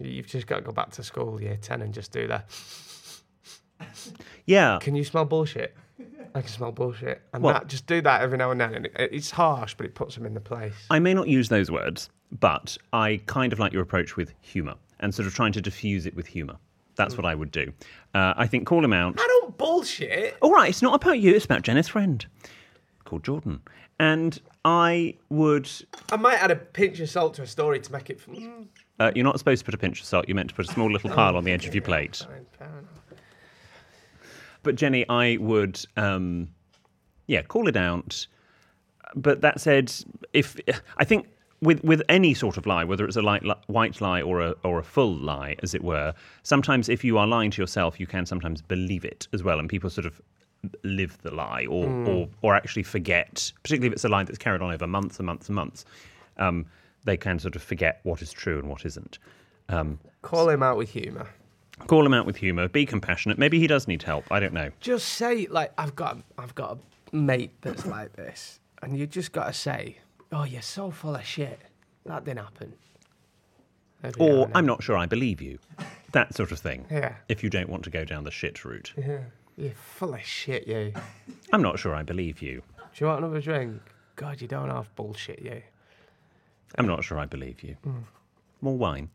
Speaker 2: you've just got to go back to school, year ten, and just do that.
Speaker 4: Yeah.
Speaker 2: Can you smell bullshit? I can smell bullshit, and
Speaker 4: Well-
Speaker 2: that, just do that every now and then. And it, it's harsh, but it puts them in the place.
Speaker 4: I may not use those words, but I kind of like your approach with humour and sort of trying to diffuse it with humour. That's what I would do. Uh, I think call him out.
Speaker 2: I don't bullshit.
Speaker 4: All right, it's not about you, it's about Jenna's friend called Jordan. And I would.
Speaker 2: I might add a pinch of salt to a story to make it. F- mm,
Speaker 4: Uh, you're not supposed to put a pinch of salt, you're meant to put a small little pile on the edge of your plate.
Speaker 2: fine, fair enough.
Speaker 4: But Jenny, I would, um, yeah, call it out. But that said, if I think with with any sort of lie, whether it's a light, li- white lie or a or a full lie, as it were, sometimes if you are lying to yourself, you can sometimes believe it as well, and people sort of live the lie or or, or actually forget, particularly if it's a lie that's carried on over months and months and months. Um, they can sort of forget what is true and what isn't. Um,
Speaker 2: Call him out with humour.
Speaker 4: call him out with humour, be compassionate. Maybe he does need help. I don't know.
Speaker 2: just say like I've got I've got a mate that's like this, and you just gotta say, "Oh, you're so full of shit." That didn't happen. Every now
Speaker 4: or
Speaker 2: and
Speaker 4: I'm not sure I believe you. That sort of thing.
Speaker 2: Yeah.
Speaker 4: If you don't want to go down the shit route.
Speaker 2: then. Yeah. You're full of shit, you. Do
Speaker 4: I'm not sure I believe you.
Speaker 2: you want another drink? God, you don't half bullshit, you.
Speaker 4: I'm not sure I believe you.
Speaker 2: Hmm.
Speaker 4: More wine.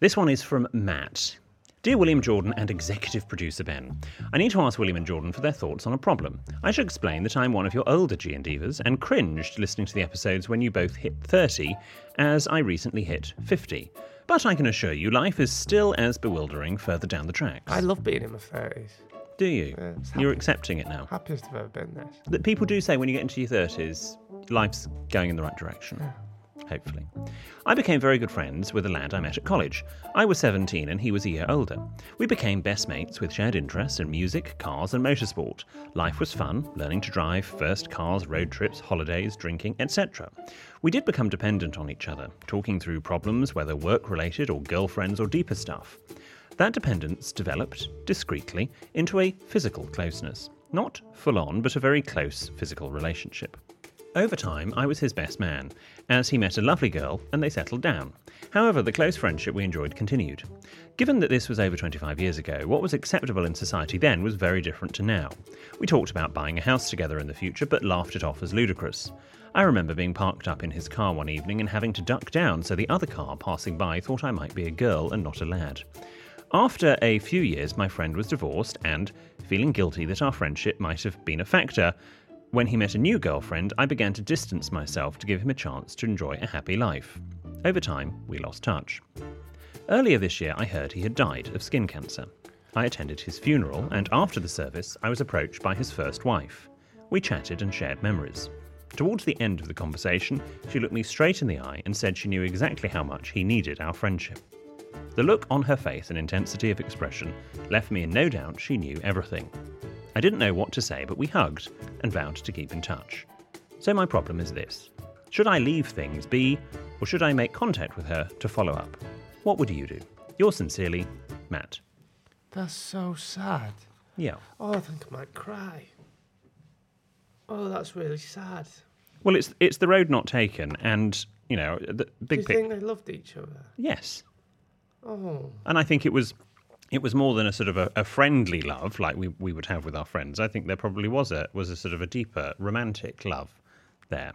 Speaker 4: This one is from Matt. Dear William Jordan and executive producer Ben, I need to ask William and Jordan for their thoughts on a problem. I should explain that I'm one of your older G and Divas and cringed listening to the episodes when you both hit 30, as I recently hit 50. But I can assure you, life is still as bewildering further down the tracks.
Speaker 2: I love being in my thirties.
Speaker 4: Do you?
Speaker 2: Yeah, it's
Speaker 4: You're
Speaker 2: happening.
Speaker 4: accepting it now.
Speaker 2: Happiest I've ever been. This.
Speaker 4: That people do say when you get into your thirties, life's going in the right direction. Hopefully. I became very good friends with a lad I met at college. I was 17 and he was a year older. We became best mates with shared interests in music, cars, and motorsport. Life was fun, learning to drive, first cars, road trips, holidays, drinking, etc. We did become dependent on each other, talking through problems, whether work related or girlfriends or deeper stuff. That dependence developed, discreetly, into a physical closeness. Not full on, but a very close physical relationship. Over time, I was his best man, as he met a lovely girl and they settled down. However, the close friendship we enjoyed continued. Given that this was over 25 years ago, what was acceptable in society then was very different to now. We talked about buying a house together in the future, but laughed it off as ludicrous. I remember being parked up in his car one evening and having to duck down so the other car passing by thought I might be a girl and not a lad. After a few years, my friend was divorced, and feeling guilty that our friendship might have been a factor, when he met a new girlfriend, I began to distance myself to give him a chance to enjoy a happy life. Over time, we lost touch. Earlier this year, I heard he had died of skin cancer. I attended his funeral, and after the service, I was approached by his first wife. We chatted and shared memories. Towards the end of the conversation, she looked me straight in the eye and said she knew exactly how much he needed our friendship. The look on her face and intensity of expression left me in no doubt she knew everything. I didn't know what to say, but we hugged and vowed to keep in touch. So, my problem is this Should I leave things be, or should I make contact with her to follow up? What would you do? Yours sincerely, Matt.
Speaker 2: That's so sad.
Speaker 4: Yeah.
Speaker 2: Oh, I think I might cry. Oh, that's really sad.
Speaker 4: Well, it's, it's the road not taken, and, you know, the
Speaker 2: Do
Speaker 4: big
Speaker 2: you
Speaker 4: pic-
Speaker 2: think they loved each other?
Speaker 4: Yes.
Speaker 2: Oh,
Speaker 4: and I think it was it was more than a sort of a, a friendly love like we, we would have with our friends. I think there probably was a was a sort of a deeper romantic love there.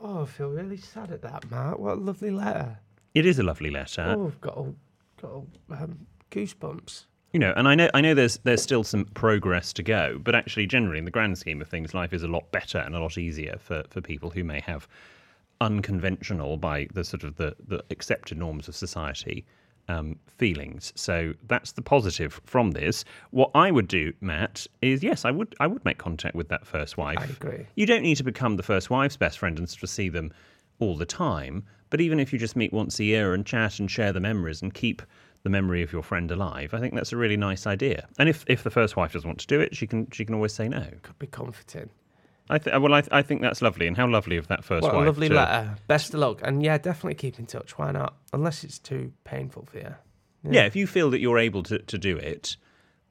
Speaker 2: oh, I feel really sad at that, Mark. What a lovely letter.
Speaker 4: It is a lovely letter,
Speaker 2: oh, I've got all, got all um, goosebumps.
Speaker 4: you know, and I know I know there's there's still some progress to go, but actually, generally, in the grand scheme of things, life is a lot better and a lot easier for for people who may have unconventional by the sort of the the accepted norms of society um, feelings. So that's the positive from this. What I would do, Matt, is yes, I would I would make contact with that first wife.
Speaker 2: I agree.
Speaker 4: You don't need to become the first wife's best friend and sort of see them all the time. But even if you just meet once a year and chat and share the memories and keep the memory of your friend alive, I think that's a really nice idea. And if, if the first wife doesn't want to do it, she can she can always say no.
Speaker 2: Could be comforting.
Speaker 4: I th- well, I, th- I think that's lovely. And how lovely of that first
Speaker 2: What a
Speaker 4: wife.
Speaker 2: lovely
Speaker 4: to-
Speaker 2: letter. Best of luck. And yeah, definitely keep in touch. Why not? Unless it's too painful for you.
Speaker 4: Yeah. if you feel that you're able to, to do it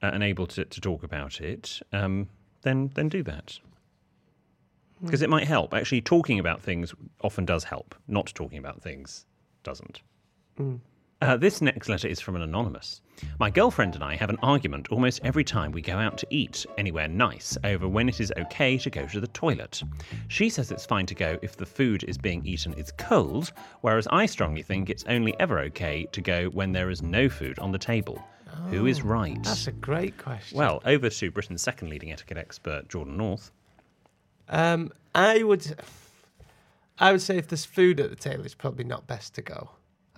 Speaker 4: uh, and able to, to talk about it, um, then then do that. Because it might help. Actually, talking about things often does help. Not talking about things doesn't. Uh, this next letter is from an anonymous. My girlfriend and I have an argument almost every time we go out to eat anywhere nice over when it is okay to go to the toilet. She says it's fine to go if the food is being eaten is cold, whereas I strongly think it's only ever okay to go when there is no food on the table. Who is right?
Speaker 2: Oh, That's a great question.
Speaker 4: Well, over to Britain's second leading etiquette expert, Jordan North.
Speaker 2: Um, I would, I would say if there's food at the table, it's probably not best to go.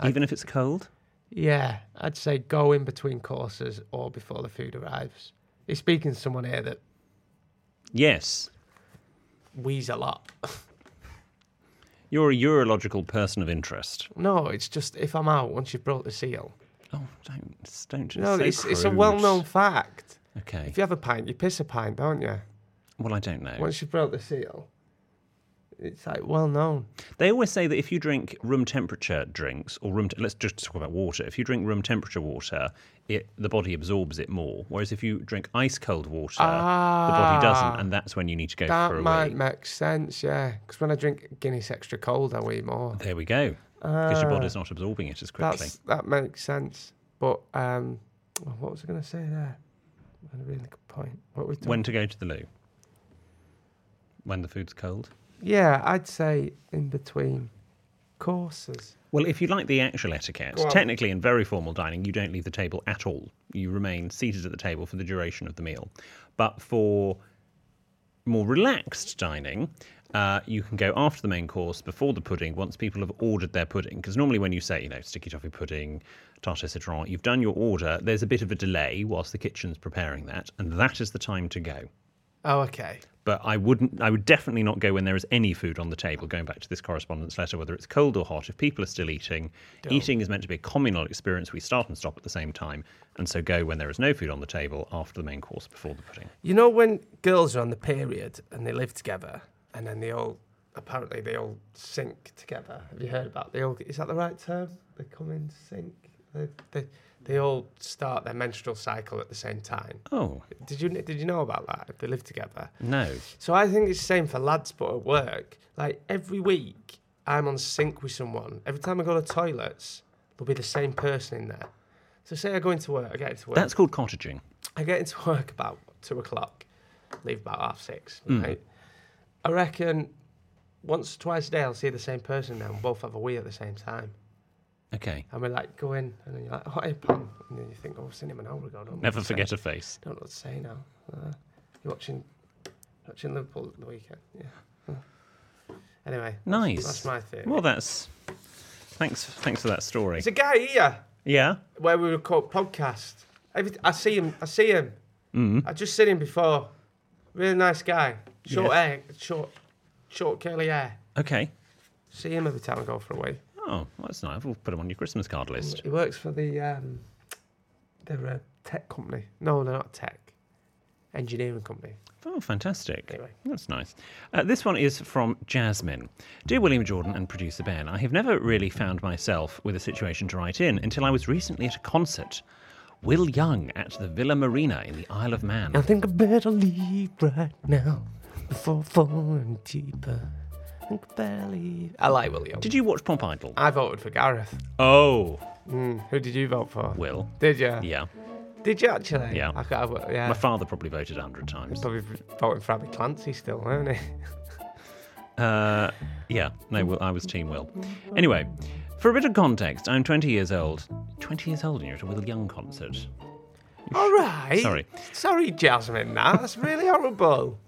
Speaker 4: Even if it's cold?
Speaker 2: Yeah, I'd say go in between courses or before the food arrives. You're speaking to someone here that
Speaker 4: Yes.
Speaker 2: wheeze a lot.
Speaker 4: You're a urological person of interest.
Speaker 2: no, it's just if I'm out once you've brought the seal.
Speaker 4: Oh, don't, don't. It's
Speaker 2: No,
Speaker 4: so
Speaker 2: it's, it's a
Speaker 4: crude.
Speaker 2: well-known fact.
Speaker 4: Okay.
Speaker 2: If you have a pint, you piss a pint, don't you?
Speaker 4: Well, I don't know.
Speaker 2: Once you've broke the seal, it's like well known.
Speaker 4: They always say that if you drink room temperature drinks or room, t- let's just talk about water. If you drink room temperature water, it, the body absorbs it more. Whereas if you drink ice cold water, the body
Speaker 2: Ah.
Speaker 4: doesn't, and that's when you need to go for
Speaker 2: That
Speaker 4: a
Speaker 2: might
Speaker 4: wee.
Speaker 2: make sense, yeah. Because when I drink Guinness extra cold, I wee more.
Speaker 4: There we go. Because your body's not absorbing it as quickly.
Speaker 2: Ah. That's, that makes sense. But um, oh, what was I going to say there? I had a really good point. What we
Speaker 4: When to go to the loo? When the food's cold.
Speaker 2: Yeah, I'd say in between courses.
Speaker 4: Well, if you like the actual etiquette,
Speaker 2: Go on.
Speaker 4: technically in very formal dining, you don't leave the table at all. You remain seated at the table for the duration of the meal. But for more relaxed dining, Uh, you can go after the main course, before the pudding, once people have ordered their pudding. Because normally, when you say, you know, sticky toffee pudding, tarte citron, you've done your order, there's a bit of a delay whilst the kitchen's preparing that, and that is the time to go.
Speaker 2: Oh, okay.
Speaker 4: But I wouldn't, I would definitely not go when there is any food on the table, going back to this correspondence letter, whether it's cold or hot. If people are still eating, eating is meant to be a communal experience. We start and stop at the same time. And so go when there is no food on the table after the main course, before the pudding.
Speaker 2: You know when girls are on the period and they live together and then they all apparently they all sink together. Have you heard about they all is that the right term? They come in sync. They they, they all start their menstrual cycle at the same time.
Speaker 4: Oh,
Speaker 2: Did you did you know about that? If they live together.
Speaker 4: no.
Speaker 2: So I think it's the same for lads, but at work, like every week, I'm on sync with someone. Every time I go to toilets, there'll be the same person in there. So say I go into work, I get into work.
Speaker 4: That's called cottaging.
Speaker 2: I get into work about two o'clock, leave about half six.
Speaker 4: Hmm.
Speaker 2: Right? I reckon once or twice a day I'll see the same person now and both have a wee at the same time.
Speaker 4: Okay.
Speaker 2: And we're like, go in, and then you're like, oh, hey, Pam. And then you think, oh, I've seen him an hour ago. Don't
Speaker 4: Never forget a face.
Speaker 2: I don't know what to say now. Uh, you're watching, watching Liverpool at the weekend. Yeah. Anyway. that's-
Speaker 4: Nice.
Speaker 2: That's my theory.
Speaker 4: Well, that's thanks. Thanks for that story.
Speaker 2: There's a guy here
Speaker 4: Yeah.
Speaker 2: where we record podcast. Every, I see him. I see him. I just seen him before. Really nice guy.
Speaker 4: Mm-hmm.
Speaker 2: Short
Speaker 4: Yes.
Speaker 2: hair, short, short curly hair.
Speaker 4: Okay.
Speaker 2: See him every time I go for a week.
Speaker 4: Oh, well, that's nice. We'll put them on your Christmas card list.
Speaker 2: He works for the um, they're a tech company. No, they're not tech. Engineering company.
Speaker 4: Oh, fantastic.
Speaker 2: Anyway.
Speaker 4: That's nice. Uh, this one is from Jasmine. Dear William Jordan and producer Ben, I have never really found myself with a situation to write in until I was recently at a concert. Will Young at the Villa Marina in the Isle of Man.
Speaker 2: I think I better leave right now before falling deeper. I think I better leave. I like William.
Speaker 4: Did you watch Pop Idol?
Speaker 2: I voted for Gareth.
Speaker 4: Oh,
Speaker 2: Who did you vote for?
Speaker 4: Will.
Speaker 2: Did you?
Speaker 4: Yeah.
Speaker 2: Did you actually?
Speaker 4: Yeah.
Speaker 2: I got, I, yeah.
Speaker 4: My father probably voted a hundred times.
Speaker 2: Probably voting for Abby Clancy still, weren't he?
Speaker 4: Uh, yeah, no, Will, I was Team Will. Anyway, for a bit of context, I'm 20 years old. 20 years old, and you're at a Will Young concert.
Speaker 2: All right.
Speaker 4: Sorry.
Speaker 2: Sorry, Jasmine. Now that's really horrible.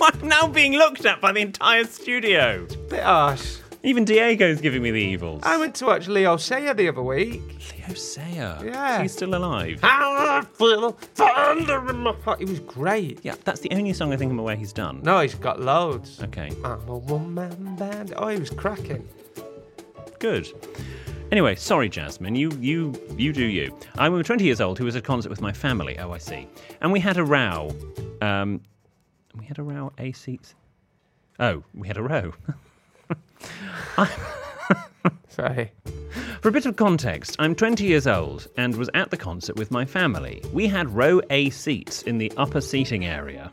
Speaker 4: I'm now being looked at by the entire studio.
Speaker 2: Bit harsh.
Speaker 4: Even Diego's giving me the evils.
Speaker 2: I went to watch Leo Sayer the other week.
Speaker 4: Leo Sayer.
Speaker 2: Yeah.
Speaker 4: He's still alive.
Speaker 2: How I feel thunder in my heart. Oh, He was great.
Speaker 4: Yeah, that's the only song I think I'm aware he's done.
Speaker 2: No, he's got loads.
Speaker 4: Okay,
Speaker 2: I'm a one-man band. Oh, he was cracking.
Speaker 4: good. Anyway, sorry, Jasmine. You, you, you do you. I was 20 years old. Who was at a concert with my family. Oh, I see. And we had a row. Um, we had a row. A seats. Oh, we had a row.
Speaker 2: Sorry.
Speaker 4: For a bit of context, I'm 20 years old and was at the concert with my family. We had row A seats in the upper seating area.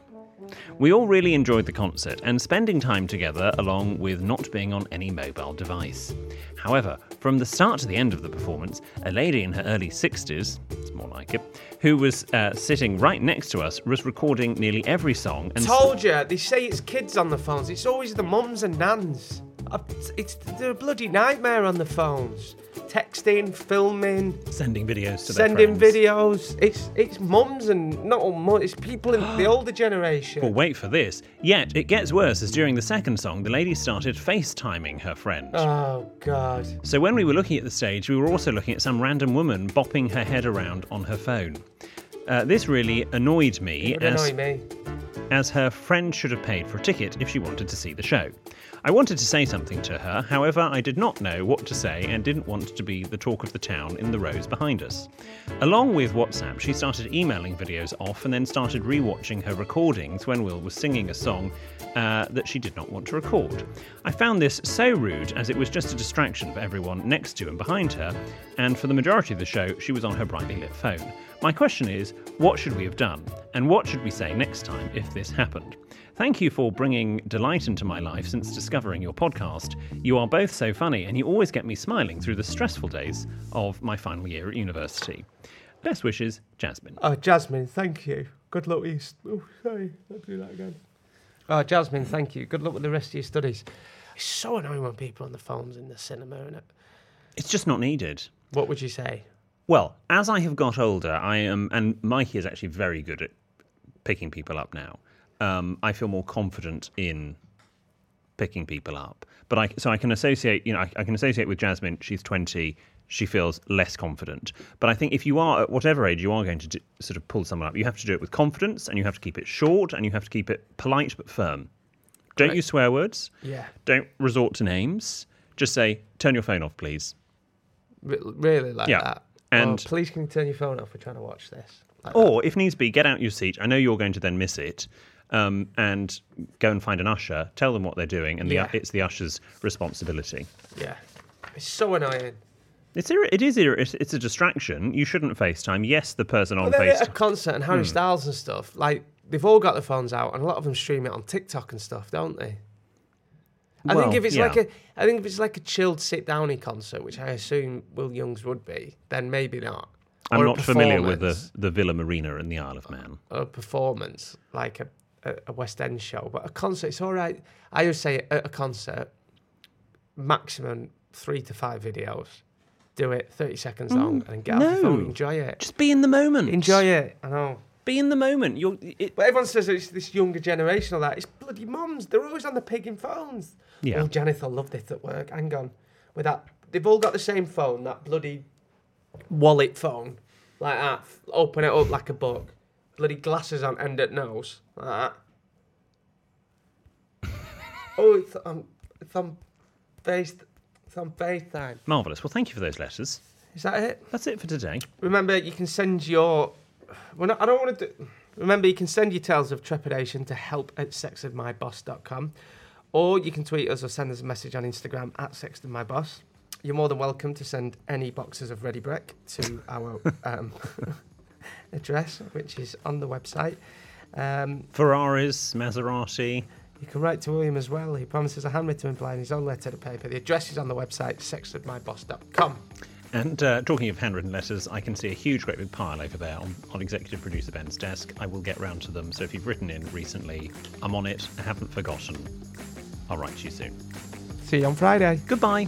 Speaker 4: We all really enjoyed the concert and spending time together along with not being on any mobile device. However, from the start to the end of the performance, a lady in her early 60s, it's more like it, who was uh, sitting right next to us was recording nearly every song and
Speaker 2: Told you. They say it's kids on the phones. It's always the mums and nans. Uh, It's, it's they're a bloody nightmare on the phones. Texting, filming.
Speaker 4: sending videos to their
Speaker 2: sending
Speaker 4: friends.
Speaker 2: videos. It's it's mums and not all mums. It's people in the older generation.
Speaker 4: Well, wait for this. Yet, it gets worse as during the second song, the lady started FaceTiming her friend.
Speaker 2: Oh God!
Speaker 4: So when we were looking at the stage, we were also looking at some random woman bopping her head around on her phone. Uh, this really annoyed me
Speaker 2: It would
Speaker 4: as,
Speaker 2: annoy me.
Speaker 4: as her friend should have paid for a ticket if she wanted to see the show. I wanted to say something to her, however, I did not know what to say and didn't want to be the talk of the town in the rows behind us. Along with WhatsApp, she started emailing videos off and then started rewatching her recordings when Will was singing a song uh, that she did not want to record. I found this so rude as it was just a distraction for everyone next to and behind her, and for the majority of the show, she was on her brightly lit phone. My question is what should we have done, and what should we say next time if this happened? Thank you for bringing delight into my life since discovering your podcast. You are both so funny, and you always get me smiling through the stressful days of my final year at university. Best wishes, Jasmine.
Speaker 2: Oh, Jasmine, thank you. Good luck with your. St- oh, sorry, I'll do that again. Oh, Jasmine, thank you. Good luck with the rest of your studies. It's so annoying when people are on the phones in the cinema, is it?
Speaker 4: It's just not needed.
Speaker 2: What would you say?
Speaker 4: Well, as I have got older, I am, and Mikey is actually very good at picking people up now. um, I feel more confident in picking people up. But I so I can associate, you know, I, I can associate with Jasmine. She's twenty. She feels less confident. But I think if you are at whatever age you are going to do, sort of pull someone up, you have to do it with confidence, and you have to keep it short, and you have to keep it polite but firm. Don't use swear words.
Speaker 2: Yeah.
Speaker 4: Don't resort to names. Just say, "Turn your phone off, please."
Speaker 2: Re- really like
Speaker 4: Yeah.
Speaker 2: that.
Speaker 4: And-
Speaker 2: oh, please, can you turn your phone off? We're trying to watch this. Like
Speaker 4: Or, if needs be, get out your seat. I know you're going to then miss it, um, and go and find an usher. Tell them what they're doing, and
Speaker 2: Yeah.
Speaker 4: the, it's the usher's responsibility.
Speaker 2: that. yeah, it's so annoying.
Speaker 4: It's ir- it is ir- it's, it's a distraction. You shouldn't FaceTime. Yes, the person on
Speaker 2: But they're at a
Speaker 4: FaceTime.
Speaker 2: concert and Harry
Speaker 4: Hmm.
Speaker 2: Styles and stuff. Like they've all got their phones out, and a lot of them stream it on TikTok and stuff, don't they? I
Speaker 4: Well,
Speaker 2: think if it's
Speaker 4: yeah.
Speaker 2: like a, I think if it's like a chilled sit downy concert, which I assume Will Young's would be, then maybe not.
Speaker 4: I'm
Speaker 2: Or a
Speaker 4: not familiar with the,
Speaker 2: performance.
Speaker 4: the Villa Marina in the Isle of Man.
Speaker 2: Or a performance like a, a, a West End show, but a concert it's all right. I would say at a concert, maximum three to five videos. Do it thirty seconds long and get out the phone.
Speaker 4: Mm, no.
Speaker 2: Enjoy it.
Speaker 4: Just be in the moment.
Speaker 2: Enjoy it. I know.
Speaker 4: Be in the moment. You're. It,
Speaker 2: But everyone says it's this younger generation or that. It's bloody mums. They're always on the pigging phones.
Speaker 4: Yeah.
Speaker 2: Oh, Janeth, I love this at work. Hang on. With that, they've all got the same phone, that bloody wallet phone. Like that. F- Open it up like a book. Bloody glasses on end at nose. Like that. oh, it's on, it's on face, it's on FaceTime.
Speaker 4: Marvelous. Well, thank you for those letters.
Speaker 2: Is that it?
Speaker 4: That's it for today.
Speaker 2: Remember, you can send your. Well, no, I don't want to do. Remember, you can send your tales of trepidation to help at sexofmyboss.com, or you can tweet us or send us a message on Instagram at sexofmyboss. You're more than welcome to send any boxes of ready brick to our um, address, which is on the website. Um,
Speaker 4: Ferraris, Maserati.
Speaker 2: you can write to William as well. He promises a handwritten reply in his own letter to paper. The address is on the website, sexofmyboss.com.
Speaker 4: And uh, talking of handwritten letters, I can see a huge, great big pile over there on, on executive producer Ben's desk. I will get round to them. So if you've written in recently, I'm on it. I haven't forgotten. I'll write to you soon.
Speaker 2: See you on Friday.
Speaker 4: Goodbye.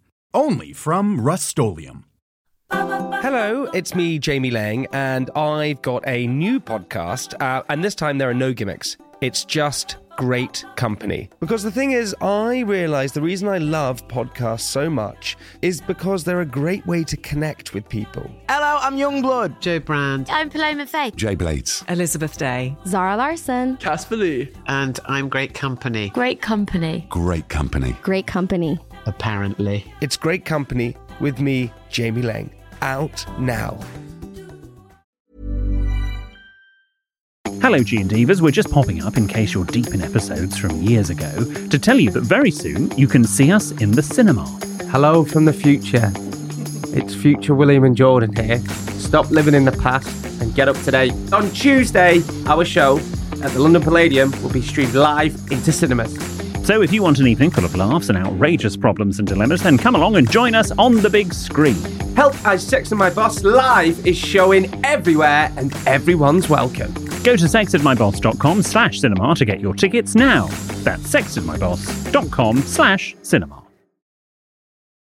Speaker 7: Only from Rust
Speaker 8: Hello, it's me, Jamie Lang, and I've got a new podcast, uh, and this time there are no gimmicks. It's just great company. Because the thing is, I realize the reason I love podcasts so much is because they're a great way to connect with people.
Speaker 9: Hello, I'm Youngblood. Joe Brand.
Speaker 10: I'm Paloma Faith.
Speaker 11: Jay Blades.
Speaker 9: Elizabeth Day.
Speaker 10: Zara Larson.
Speaker 9: Casper Lee. And I'm Great Company,
Speaker 10: Great company.
Speaker 11: Great company.
Speaker 10: Great company.
Speaker 9: apparently.
Speaker 8: It's great company with me, Jamie Lang. Out now.
Speaker 12: Hello, G and Divas. We're just popping up in case you're deep in episodes from years ago to tell you that very soon you can see us in the cinema.
Speaker 13: Hello from the future. It's future William and Jordan here. Stop living in the past and get up today. On Tuesday, our show at the London Palladium will be streamed live into cinemas.
Speaker 12: So if you want an evening full of laughs and outrageous problems and dilemmas, then come along and join us on the big screen.
Speaker 13: Help as Sex and My Boss live is showing everywhere and everyone's welcome.
Speaker 12: Go to sexedmyboss.com slash cinema to get your tickets now. That's sexedmyboss.com slash cinema.